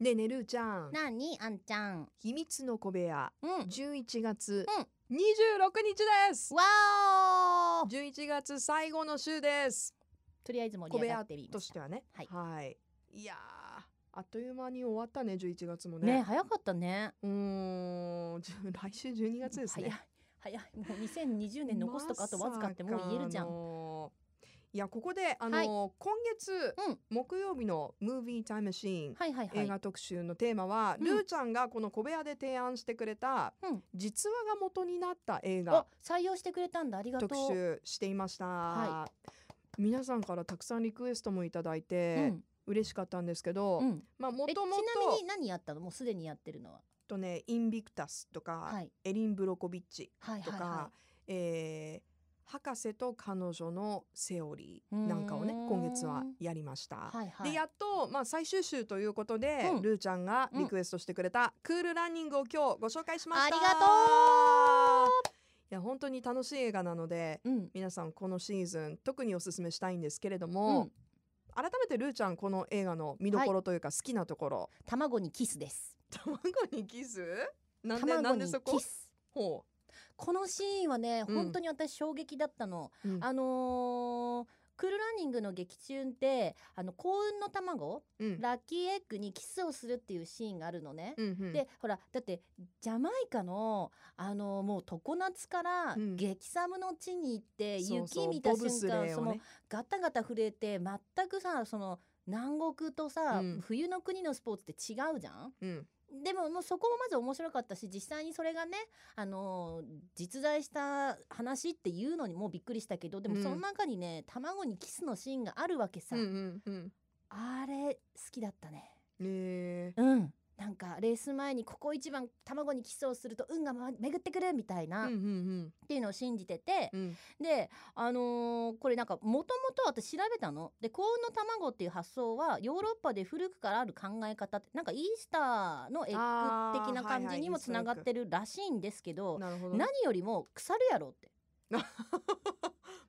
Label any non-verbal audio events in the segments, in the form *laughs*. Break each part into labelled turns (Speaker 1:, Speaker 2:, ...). Speaker 1: ねえねるーちゃん
Speaker 2: なにあんちゃん。
Speaker 1: 秘密の小部屋
Speaker 2: うん。わ
Speaker 1: 11月26日です
Speaker 2: ーお。
Speaker 1: 11月最後の週です
Speaker 2: とりあえず盛
Speaker 1: 小
Speaker 2: り
Speaker 1: 部
Speaker 2: 上が
Speaker 1: 屋
Speaker 2: ってみ
Speaker 1: と
Speaker 2: ま
Speaker 1: し
Speaker 2: してた。
Speaker 1: はね
Speaker 2: はい
Speaker 1: い、いやーあっという間に終わったね11月も
Speaker 2: ね
Speaker 1: ね
Speaker 2: 早かったね。
Speaker 1: うーん *laughs* じゅ来週12月ですね
Speaker 2: 早い早い。もう2020年残すとかあとわずかってもう言えるじゃ
Speaker 1: まさか
Speaker 2: ん。
Speaker 1: のいやここであの、今月、
Speaker 2: うん
Speaker 1: 木曜日のムービータイムシーン、
Speaker 2: はいはいは
Speaker 1: 映
Speaker 2: い。
Speaker 1: 画特集のテーマは、
Speaker 2: うん
Speaker 1: ルーちゃんがこの小部屋で提案してくれた、
Speaker 2: うん
Speaker 1: 実話が元になった映
Speaker 2: あ
Speaker 1: 画
Speaker 2: 採用してくれたんだありがとう。
Speaker 1: 特集していました、
Speaker 2: は
Speaker 1: 皆さんからたくさんリクエストもいただいうて、
Speaker 2: ん
Speaker 1: 嬉しかったんですけど、
Speaker 2: うん。
Speaker 1: まあも
Speaker 2: えち
Speaker 1: と
Speaker 2: な
Speaker 1: もと
Speaker 2: みに何やったのもうすでにやってるのは。
Speaker 1: とねインビクタスとか、
Speaker 2: はい
Speaker 1: エリン・ブロコビッチ
Speaker 2: はい
Speaker 1: と
Speaker 2: はい
Speaker 1: か、
Speaker 2: は
Speaker 1: えー博士と彼女のセオリ
Speaker 2: うー
Speaker 1: ー
Speaker 2: ん
Speaker 1: なんかをね今月はやりました。
Speaker 2: い。はいはい。
Speaker 1: でやっと、まあ、最終週ということで、
Speaker 2: うん
Speaker 1: ルーちゃんがリクエストしてくれた、クールランニングを今日ご紹介しました
Speaker 2: ありがと
Speaker 1: ういや本当に楽しい映画なので
Speaker 2: うん。
Speaker 1: 皆さんこのシーズン特におすすめしたいんですけれど
Speaker 2: う
Speaker 1: も、
Speaker 2: ん。
Speaker 1: 改めてルーちゃんこの映画の見どころというか好きなところ、
Speaker 2: 卵にキスです。
Speaker 1: 卵にキスなんでな
Speaker 2: 卵
Speaker 1: んで
Speaker 2: に
Speaker 1: そ
Speaker 2: キ
Speaker 1: こ
Speaker 2: ス。
Speaker 1: ほ
Speaker 2: このシーンはね、
Speaker 1: うん
Speaker 2: 本当に私衝撃だったの、
Speaker 1: うん
Speaker 2: あのークールランニングの劇中ってあの幸運の卵
Speaker 1: う、うん
Speaker 2: ラッキーエッグにキスをするっていうシーンがあるのね、
Speaker 1: うんうん
Speaker 2: でほらだってジャマイカのあのーもう常夏から
Speaker 1: うん
Speaker 2: 激寒の地に行って、
Speaker 1: そうそう
Speaker 2: 雪見た
Speaker 1: ボブス
Speaker 2: 瞬
Speaker 1: レーを
Speaker 2: 間
Speaker 1: ね
Speaker 2: そのガタガタ震えて全くさその南国とさ、
Speaker 1: うん
Speaker 2: 冬の国のスポーツって違うじゃん
Speaker 1: うん
Speaker 2: でももうそこもまず面白かったし実際にそれがね、あのー実在した話っていうのにもうびっくりしたけどでも
Speaker 1: うん
Speaker 2: その中にね、卵にキスのシーンがあるわけさ、
Speaker 1: うんうんうん
Speaker 2: あれ好きだったね
Speaker 1: ねえ
Speaker 2: うんなんかレース前にここ一番卵にキスをすると運がま巡ってくるみたいな、
Speaker 1: うんう
Speaker 2: っ
Speaker 1: ん
Speaker 2: ていうのを信じてて
Speaker 1: う、んうん
Speaker 2: であのーこれなんかもともと私調べたので幸運の卵っていう発想はヨーロッパで古くからある考え方ってなんかイースターのエッグ的な感じにも
Speaker 1: あーはいはい
Speaker 2: つながってるらしいんですけど、
Speaker 1: なるほどね
Speaker 2: 何よりも腐るやろって、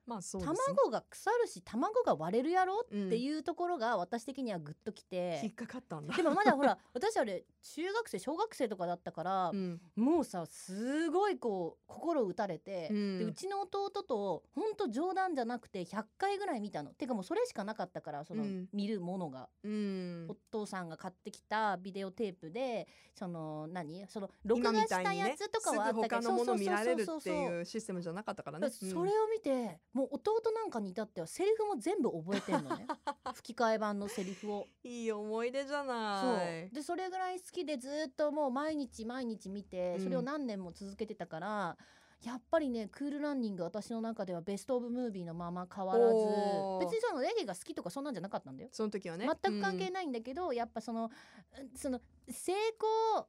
Speaker 1: まあそうですね
Speaker 2: 卵が腐るし卵が割れるやろっていうところが私的にはグッとき、
Speaker 1: 引って *laughs* かかったんだ
Speaker 2: でもまだほら私あれ中学生小学生とかだったから、
Speaker 1: うん
Speaker 2: もうさすごいこう心打たれて、
Speaker 1: うん
Speaker 2: でうちの弟とほんと冗談じゃなくて100回ぐらい見たのてかもうそれしかなかったからその、
Speaker 1: うん
Speaker 2: 見るものが、
Speaker 1: うん
Speaker 2: お父さんが買ってきたビデオテープでその何その録
Speaker 1: 今
Speaker 2: 画
Speaker 1: み
Speaker 2: した
Speaker 1: い
Speaker 2: た
Speaker 1: にね
Speaker 2: やつとかはあったけど、
Speaker 1: すぐ他のもの見られる
Speaker 2: そう
Speaker 1: っ
Speaker 2: そ
Speaker 1: て
Speaker 2: うそうそう
Speaker 1: いうシステムじゃなかったから
Speaker 2: だ
Speaker 1: ね
Speaker 2: からそれを見て、もう弟なんかに至ってはセリフも全部覚えてんのね *laughs* 吹き替え版のセリフを。
Speaker 1: うんいい思い出じゃ
Speaker 2: そ
Speaker 1: ないう
Speaker 2: でそれぐらい好きでずっともう毎日毎日見て
Speaker 1: うん
Speaker 2: それを何年も続けてたから、やっぱりねクールランニング私の中ではベスト・オブ・ムービーのまま変わらず
Speaker 1: おー
Speaker 2: 別にそのレゲが好きとかそんなんじゃなかったんだよ、
Speaker 1: その時はね
Speaker 2: 全く関係
Speaker 1: い
Speaker 2: ないんだけど、やっぱそのうんその成功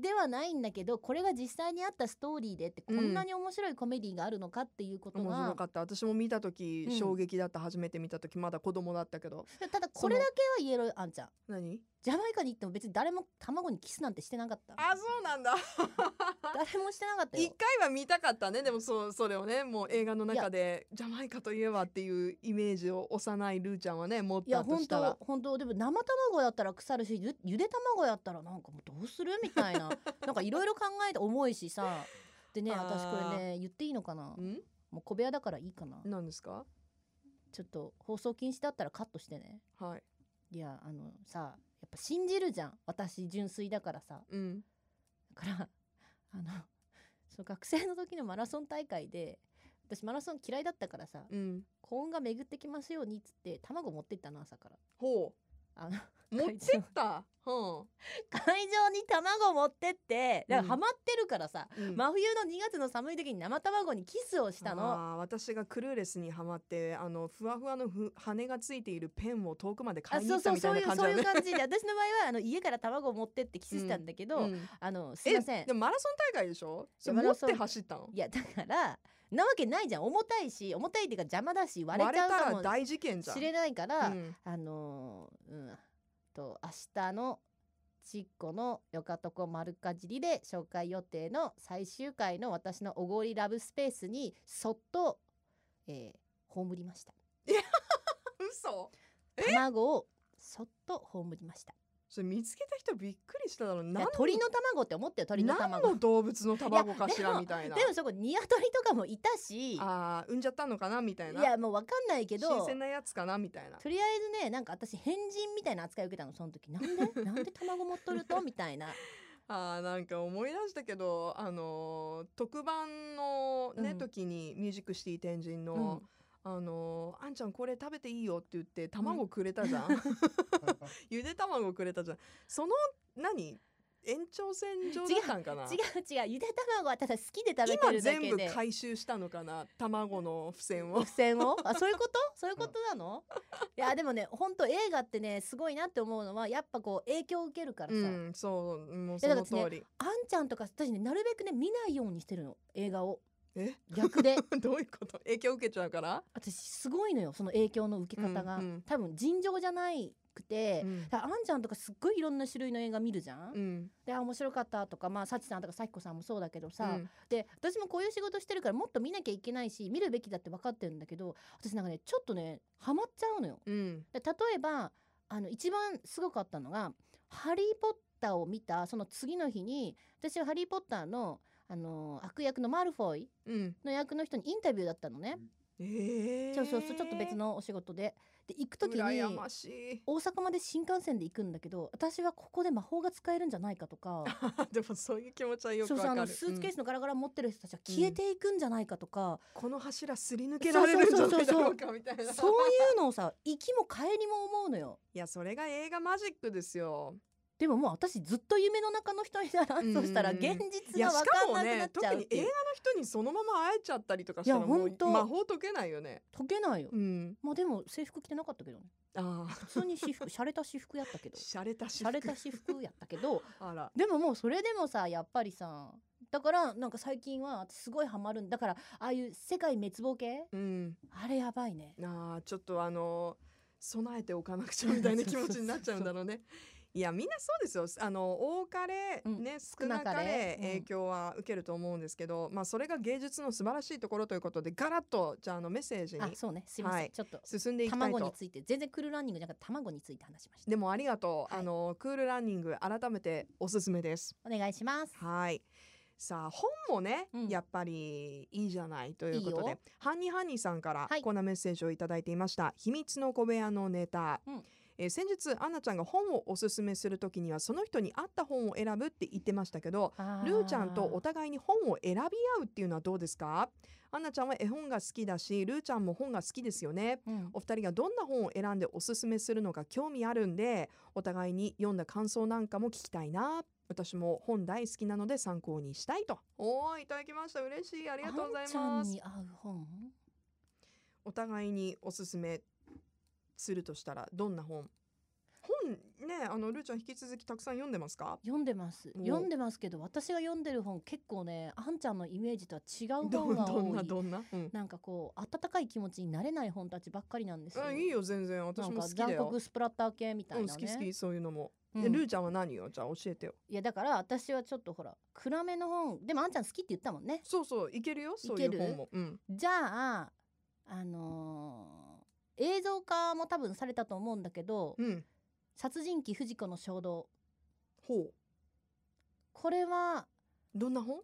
Speaker 2: ではないんだけどこれが実際にあったストーリーでってこんなに面白いコメディがあるのかっていうこと
Speaker 1: 面
Speaker 2: が、
Speaker 1: 白かった私も見た時
Speaker 2: うん
Speaker 1: 衝撃だった初めて見た時まだ子供だったけど
Speaker 2: ただこれだけは言えるあんちゃん
Speaker 1: 何
Speaker 2: ジャマイカに行っても別に誰も卵にキスなんてしてなかった
Speaker 1: あそうなんだ
Speaker 2: 誰もしてなかったよ
Speaker 1: 一回は見たかったねでもそうそれをねもう映画の中でジャマイカといえばっていうイメージを幼いルーちゃんはね持っ
Speaker 2: いや
Speaker 1: たと
Speaker 2: 本
Speaker 1: したら
Speaker 2: 当本当でも生卵やったら腐るしゆゆで卵やったらなんかもうどうするみた
Speaker 1: *laughs*
Speaker 2: いななんかいろいろ考えて重いしさでね
Speaker 1: あー
Speaker 2: 私これね言っていいのかな
Speaker 1: うん
Speaker 2: もう小部屋だからいいかな
Speaker 1: 何ですか
Speaker 2: ちょっと放送禁止だったらカットしてね
Speaker 1: はい
Speaker 2: いやあのさやっぱ信じるじゃん私純粋だからさ
Speaker 1: うん
Speaker 2: だからあのその学生の時のマラソン大会で私マラソン嫌いだったからさ
Speaker 1: うん
Speaker 2: 幸運が巡ってきますようにっつって卵持ってったの朝から
Speaker 1: ほ
Speaker 2: あの
Speaker 1: う持ってったほ
Speaker 2: 会場に卵持ってってだからハマってるからさ、
Speaker 1: う、うん
Speaker 2: 真冬の2月の寒い時に生卵にキスをしたの
Speaker 1: あー私がクルーレスにはまってあのふわふわのふ羽がついているペンを遠くまで
Speaker 2: あ
Speaker 1: 買いに
Speaker 2: そ
Speaker 1: 行
Speaker 2: う
Speaker 1: った
Speaker 2: そう
Speaker 1: みた
Speaker 2: そ
Speaker 1: いうな
Speaker 2: いう
Speaker 1: 感じ
Speaker 2: そう
Speaker 1: だ
Speaker 2: い
Speaker 1: ね。
Speaker 2: う感じで私の場合はあの家から卵を持ってってキスしたんだけど、
Speaker 1: うん
Speaker 2: あのすい
Speaker 1: え
Speaker 2: ません
Speaker 1: でもマラソン大会でしょそれ
Speaker 2: マ
Speaker 1: 持
Speaker 2: ラ
Speaker 1: っ
Speaker 2: ソン
Speaker 1: て走ったの
Speaker 2: いやだからなわけないじゃん重たいし重たいっていうか邪魔だし割
Speaker 1: 割
Speaker 2: れ
Speaker 1: れ
Speaker 2: ちゃ
Speaker 1: た
Speaker 2: う
Speaker 1: ら
Speaker 2: かも
Speaker 1: 大事件じゃん。
Speaker 2: しれないから、
Speaker 1: うん
Speaker 2: あのーうんと明日のちっこのよかとこ丸かじりで紹介予定の最終回の私のおごりラブスペースにそっと、えー、葬りました
Speaker 1: 嘘
Speaker 2: 卵をそっと葬りました
Speaker 1: それ見つけた人びっくりしただろう。
Speaker 2: いや
Speaker 1: 何
Speaker 2: 鳥の卵って思ってよ鳥の
Speaker 1: 何
Speaker 2: 卵
Speaker 1: の動物の卵かし
Speaker 2: い
Speaker 1: ら
Speaker 2: や
Speaker 1: みたいな。
Speaker 2: でもそこニワトリとかもいたしい
Speaker 1: ああ産んじゃったのかなみたいな。
Speaker 2: やもうわかんないけど
Speaker 1: 新鮮なやつかなみたいな。
Speaker 2: とりあえずねなんか私変人みたいな扱いを受けたのその時なんで *laughs* なんで卵持っとるとみたいな
Speaker 1: あーなんか思い出したけどあのー特番のね、
Speaker 2: うん
Speaker 1: 時にミュージックシティ天神
Speaker 2: うん
Speaker 1: の、あのーあんちゃんこれ食べていいよって言って卵くれたじゃん、 *laughs* ゆで卵くれたじゃんその何延長線上だったんかな
Speaker 2: 違う違うゆで卵はただ好きで食べて
Speaker 1: 今
Speaker 2: るだけで
Speaker 1: 全部回収したのかな卵の付箋を
Speaker 2: 付箋をあそういうことそういうことなのいやでもね本当映画ってねすごいなって思うのはやっぱこう影響を受けるから
Speaker 1: う
Speaker 2: さ、
Speaker 1: んそうもうそ
Speaker 2: やだ
Speaker 1: の
Speaker 2: から
Speaker 1: 通
Speaker 2: ね
Speaker 1: り、
Speaker 2: あんちゃんとか私ねなるべくね見ないようにしてるの映画を
Speaker 1: え *laughs*
Speaker 2: 逆で
Speaker 1: どういうこと影響受けちゃうから、
Speaker 2: 私すごいのよその影響の受け方が、
Speaker 1: うんうん
Speaker 2: 多分尋常じゃないくて、
Speaker 1: うん
Speaker 2: だからあんちゃんとかすっごいいろんな種類の映画見るじゃん、
Speaker 1: うん
Speaker 2: であ面白かったとかまあ幸さんとか咲子さんもそうだけどさ、
Speaker 1: うん
Speaker 2: で私もこういう仕事してるからもっと見なきゃいけないし見るべきだって分かってるんだけど私なんかねちょっとねハマっちゃうのよ。
Speaker 1: うん
Speaker 2: で例えばあの一番すごかったのが「ハリー・ポッター」を見たその次の日に私は「ハリー・ポッターの」あの悪役のマルフォイ
Speaker 1: うん
Speaker 2: の役の人にインタビューだったのね、
Speaker 1: えー、
Speaker 2: そうそうそうちょっと別のお仕事で。で行く時
Speaker 1: 羨
Speaker 2: に
Speaker 1: ましい
Speaker 2: 大阪まで新幹線で行くんだけど私はここで魔法が使えるんじゃないかと
Speaker 1: *laughs*
Speaker 2: か。
Speaker 1: *laughs* でもそういう気持ちはよく
Speaker 2: そう
Speaker 1: わ
Speaker 2: そうあ
Speaker 1: か
Speaker 2: の
Speaker 1: る
Speaker 2: スーツケ
Speaker 1: う
Speaker 2: ー
Speaker 1: ん
Speaker 2: スのガラガラ持ってる人たちは消えていくんじゃないかとか、
Speaker 1: この柱すり抜けられるんじゃないだろうかみたいな
Speaker 2: そういうのをさ行きも帰りも思うのよ
Speaker 1: いやそれが映画マジックですよ
Speaker 2: でももう私ずっと夢の中の人になら
Speaker 1: うん
Speaker 2: ん、そしたら
Speaker 1: うん
Speaker 2: 現
Speaker 1: い
Speaker 2: 実
Speaker 1: や
Speaker 2: が
Speaker 1: し
Speaker 2: 分
Speaker 1: か
Speaker 2: かん
Speaker 1: も
Speaker 2: なくな
Speaker 1: ね
Speaker 2: っち
Speaker 1: 特
Speaker 2: ゃうっ
Speaker 1: に
Speaker 2: てい
Speaker 1: 映
Speaker 2: う、
Speaker 1: 画の人にそのまま会えちゃったりとかしたら
Speaker 2: いや
Speaker 1: もう
Speaker 2: 本当
Speaker 1: 魔法解けないよね
Speaker 2: 解けないよ、
Speaker 1: うん
Speaker 2: まあでも制服着てなかったけどね
Speaker 1: ああ
Speaker 2: 普通に
Speaker 1: *laughs*
Speaker 2: 私服洒落た私服やったけど
Speaker 1: 洒落たし
Speaker 2: 洒落た私服やったけど
Speaker 1: あら
Speaker 2: でももうそれでもさやっぱりさだからなんか最近は私すごいハマるんだからああいう世界滅亡系
Speaker 1: うん
Speaker 2: あれやばいね
Speaker 1: ああちょっとあの備えておかなくちゃみたいな気持ちになっちゃうんだろう
Speaker 2: *laughs*
Speaker 1: ねいやみんなそうですよあの多かれ、
Speaker 2: うん
Speaker 1: ね少なか
Speaker 2: 少なか
Speaker 1: れ
Speaker 2: れ
Speaker 1: 影響は受けると思うんですけど、まあそれが芸術の素晴らしいところということでガラッとじゃああのメッセージ
Speaker 2: あ
Speaker 1: に
Speaker 2: そうねすいません、
Speaker 1: はい
Speaker 2: ちょっと
Speaker 1: 進んでいきたい
Speaker 2: 卵
Speaker 1: と
Speaker 2: について全然クールランニングじゃなくて卵について話しました
Speaker 1: でもありがとう、
Speaker 2: はい
Speaker 1: あのクールランニング改めておすすめです
Speaker 2: お願いします
Speaker 1: はい。さあ本もね、
Speaker 2: うん
Speaker 1: やっぱりいいじゃないということで
Speaker 2: いいよ
Speaker 1: ハンニーハンニーさんから
Speaker 2: はい
Speaker 1: こんなメッセージをいただいていました、秘密の小部屋のネタ、
Speaker 2: うん
Speaker 1: えー先日アンナちゃんが本をおすすめするときにはその人に合った本を選ぶって言ってましたけどルーちゃんとお互いに本を選び合うっていうのはどうですかアンナちゃんは絵本が好きだしルーちゃんも本が好きですよね
Speaker 2: うん
Speaker 1: お二人がどんな本を選んでおすすめするのか興味あるんでお互いに読んだ感想なんかも聞きたいな私も本大好きなので参考にしたいとおーいただきました嬉しいありがとうござい
Speaker 2: あ
Speaker 1: ま
Speaker 2: んちゃん
Speaker 1: す
Speaker 2: に合う本
Speaker 1: お互いにおすすめするとしたらどんな本本ねあのルーちゃん引き続きたくさん読んでますか
Speaker 2: 読んでます
Speaker 1: お
Speaker 2: 読んでますけど私が読んでる本結構ねあんちゃんのイメージとは違う
Speaker 1: ど
Speaker 2: 本
Speaker 1: ん
Speaker 2: が
Speaker 1: どん
Speaker 2: 多
Speaker 1: ないどんな、うん、
Speaker 2: なんかこう温かい気持ちになれない本たちばっかりなんですよ
Speaker 1: あいいよ全然
Speaker 2: な
Speaker 1: 私
Speaker 2: ん
Speaker 1: も
Speaker 2: か
Speaker 1: 好きだ
Speaker 2: 残
Speaker 1: よ、
Speaker 2: 酷スプラッター系みた
Speaker 1: う
Speaker 2: い
Speaker 1: ん、
Speaker 2: な
Speaker 1: 好き好
Speaker 2: ね
Speaker 1: きそういうのも、
Speaker 2: う
Speaker 1: え
Speaker 2: ん
Speaker 1: ルーちゃんは何よじゃあ教えてよ
Speaker 2: いやだから私はちょっとほら暗めの本でもあんちゃん好きって言ったもんね
Speaker 1: そうそういけるよそうい
Speaker 2: いうける
Speaker 1: 本もうん
Speaker 2: じゃああのー映像化も多分されたと思うんだけど
Speaker 1: うん
Speaker 2: 殺人鬼藤子の衝動
Speaker 1: ほう
Speaker 2: これは、
Speaker 1: どんな本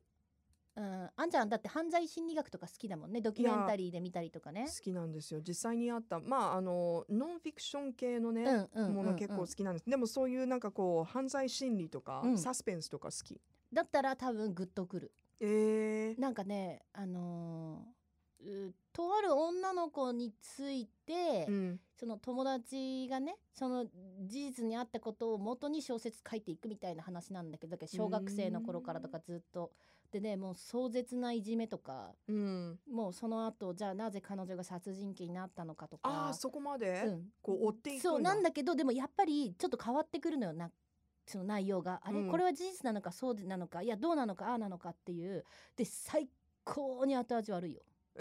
Speaker 2: うん、あんちゃんだって犯罪心理学とか好きだもんねドキュメンタリーで見たりとかね
Speaker 1: 好きなんですよ実際にあったまああのノンフィクション系の
Speaker 2: うんう
Speaker 1: ね、
Speaker 2: んうんうん
Speaker 1: もの結構好きなんです、でもそういうなんかこう犯罪心理とか、
Speaker 2: うん
Speaker 1: サスペンスとか好き
Speaker 2: だったら多分グッとくる
Speaker 1: えー、
Speaker 2: なんかねあのーうとある女の子について、
Speaker 1: うん
Speaker 2: その友達がねその事実にあったことを元に小説書いていくみたいな話なんだけどだけど小学生の頃からとかずっとでねもう壮絶ないじめとか
Speaker 1: うん
Speaker 2: もうその後じゃあなぜ彼女が殺人鬼になったのかとか
Speaker 1: ああそこまで、
Speaker 2: うん、
Speaker 1: こう追っていくんだ
Speaker 2: そうなんだけどでもやっぱりちょっと変わってくるのよなその内容があれ、
Speaker 1: うん
Speaker 2: これは事実なのかそうなのかいやどうなのかああなのかっていうで最高に後味悪いよ
Speaker 1: え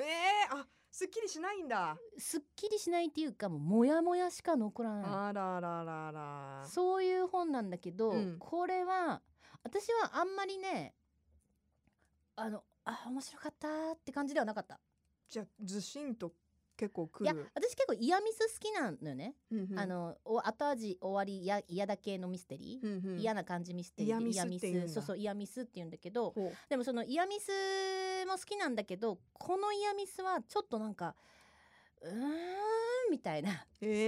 Speaker 1: ー、あすっきりしないんだ、
Speaker 2: すっきりしないっていうかもうモヤモヤしか残らな
Speaker 1: あらららら
Speaker 2: いそういう本なんだけど、
Speaker 1: うん
Speaker 2: これは私はあんまりねあのあ面白かったって感じではなかった
Speaker 1: じゃあずしんと結構来
Speaker 2: いや
Speaker 1: る。
Speaker 2: 私結構イヤミス好きなのよね、
Speaker 1: うんうん
Speaker 2: あ、のお後味終わりや嫌だ系のミステリー、
Speaker 1: うんうん
Speaker 2: 嫌な感じミステリーで
Speaker 1: イヤミスっていうんだ
Speaker 2: そうそうイヤミスって言うんだけど
Speaker 1: ほう
Speaker 2: でもそのイヤミスも好きなんだけどこのイヤミスはちょっとなんかうーんみたいな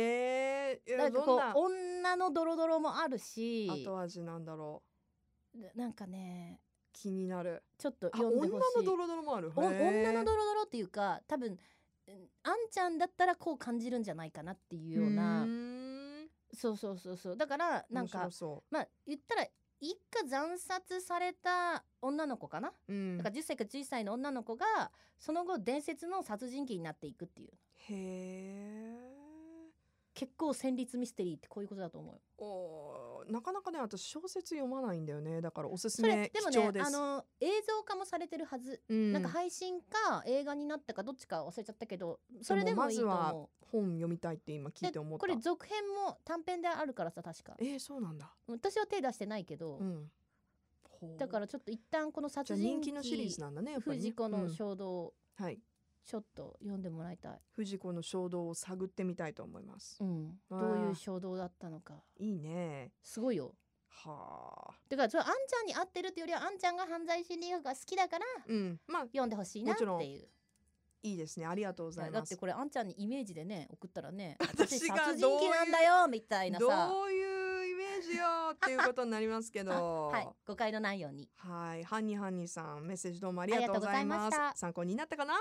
Speaker 1: えー、いや
Speaker 2: なんかこう
Speaker 1: どん
Speaker 2: 女のドロドロもあるし
Speaker 1: な後味なんだろ
Speaker 2: ななんかね
Speaker 1: う気になる。
Speaker 2: ちょっと
Speaker 1: あ女
Speaker 2: 読んでほしい
Speaker 1: のドロドロもある。
Speaker 2: お
Speaker 1: へー
Speaker 2: 女のドロドロっていうか多分うんあんちゃんだったらこう感じるんじゃないかなっていうような
Speaker 1: ーん
Speaker 2: そうそうそうそうだからなん
Speaker 1: 面白
Speaker 2: か
Speaker 1: そ
Speaker 2: まあ言ったら一家惨殺された女の子かな、
Speaker 1: う、うん、
Speaker 2: だから10歳か11歳の女の子がその後伝説の殺人鬼になっていくっていう
Speaker 1: へえ。
Speaker 2: 結構戦慄ミステリーってこういうことだと思うよ
Speaker 1: おーなかなかね私小説読まないんだよねだからおすす
Speaker 2: それ、
Speaker 1: め
Speaker 2: でも
Speaker 1: 貴重
Speaker 2: ね
Speaker 1: です。
Speaker 2: あの映像化もされてるはず、
Speaker 1: う
Speaker 2: なんか配信か映画になったかどっちか忘れちゃったけどそれでもいいと
Speaker 1: でもまず
Speaker 2: 思う
Speaker 1: 本読みたいって今聞いて
Speaker 2: で
Speaker 1: 思った。
Speaker 2: これ続編も短編であるからさ確か
Speaker 1: えー、そうなんだ。
Speaker 2: 私は手出してないけど、
Speaker 1: うん。ほう
Speaker 2: だからちょっと一旦この
Speaker 1: じゃ
Speaker 2: 殺
Speaker 1: あ
Speaker 2: 人
Speaker 1: 人
Speaker 2: 鬼
Speaker 1: 気のシリーズなんだね。やっぱりね
Speaker 2: 藤子
Speaker 1: う
Speaker 2: の
Speaker 1: ん
Speaker 2: 衝動を
Speaker 1: はい。
Speaker 2: ちょっと読んでもらいたい、
Speaker 1: 藤子の衝動を探ってみたいと思います。
Speaker 2: うん、
Speaker 1: あー
Speaker 2: どういう衝動だったのか
Speaker 1: いいね。
Speaker 2: すごいよ
Speaker 1: はあ。
Speaker 2: だからそれあんちゃんに合ってるっていうよりはあんちゃんが犯罪心理学が好きだから
Speaker 1: うん。まあ
Speaker 2: 読んでほしいなって
Speaker 1: も
Speaker 2: いう
Speaker 1: いいですね。ありがとうござい
Speaker 2: だ
Speaker 1: ま
Speaker 2: っ
Speaker 1: す
Speaker 2: て。これあんちゃんにイメージでね送ったらね
Speaker 1: 私が
Speaker 2: 殺人鬼なんだよみたいな
Speaker 1: ど
Speaker 2: さ
Speaker 1: ういうイメージよっていうことになりますけど。
Speaker 2: *laughs* はい誤解のないように
Speaker 1: はい、ハンニーハンニーさん、メッセージどうもありがとうございます。
Speaker 2: ありがとうございました
Speaker 1: 参考になったかな。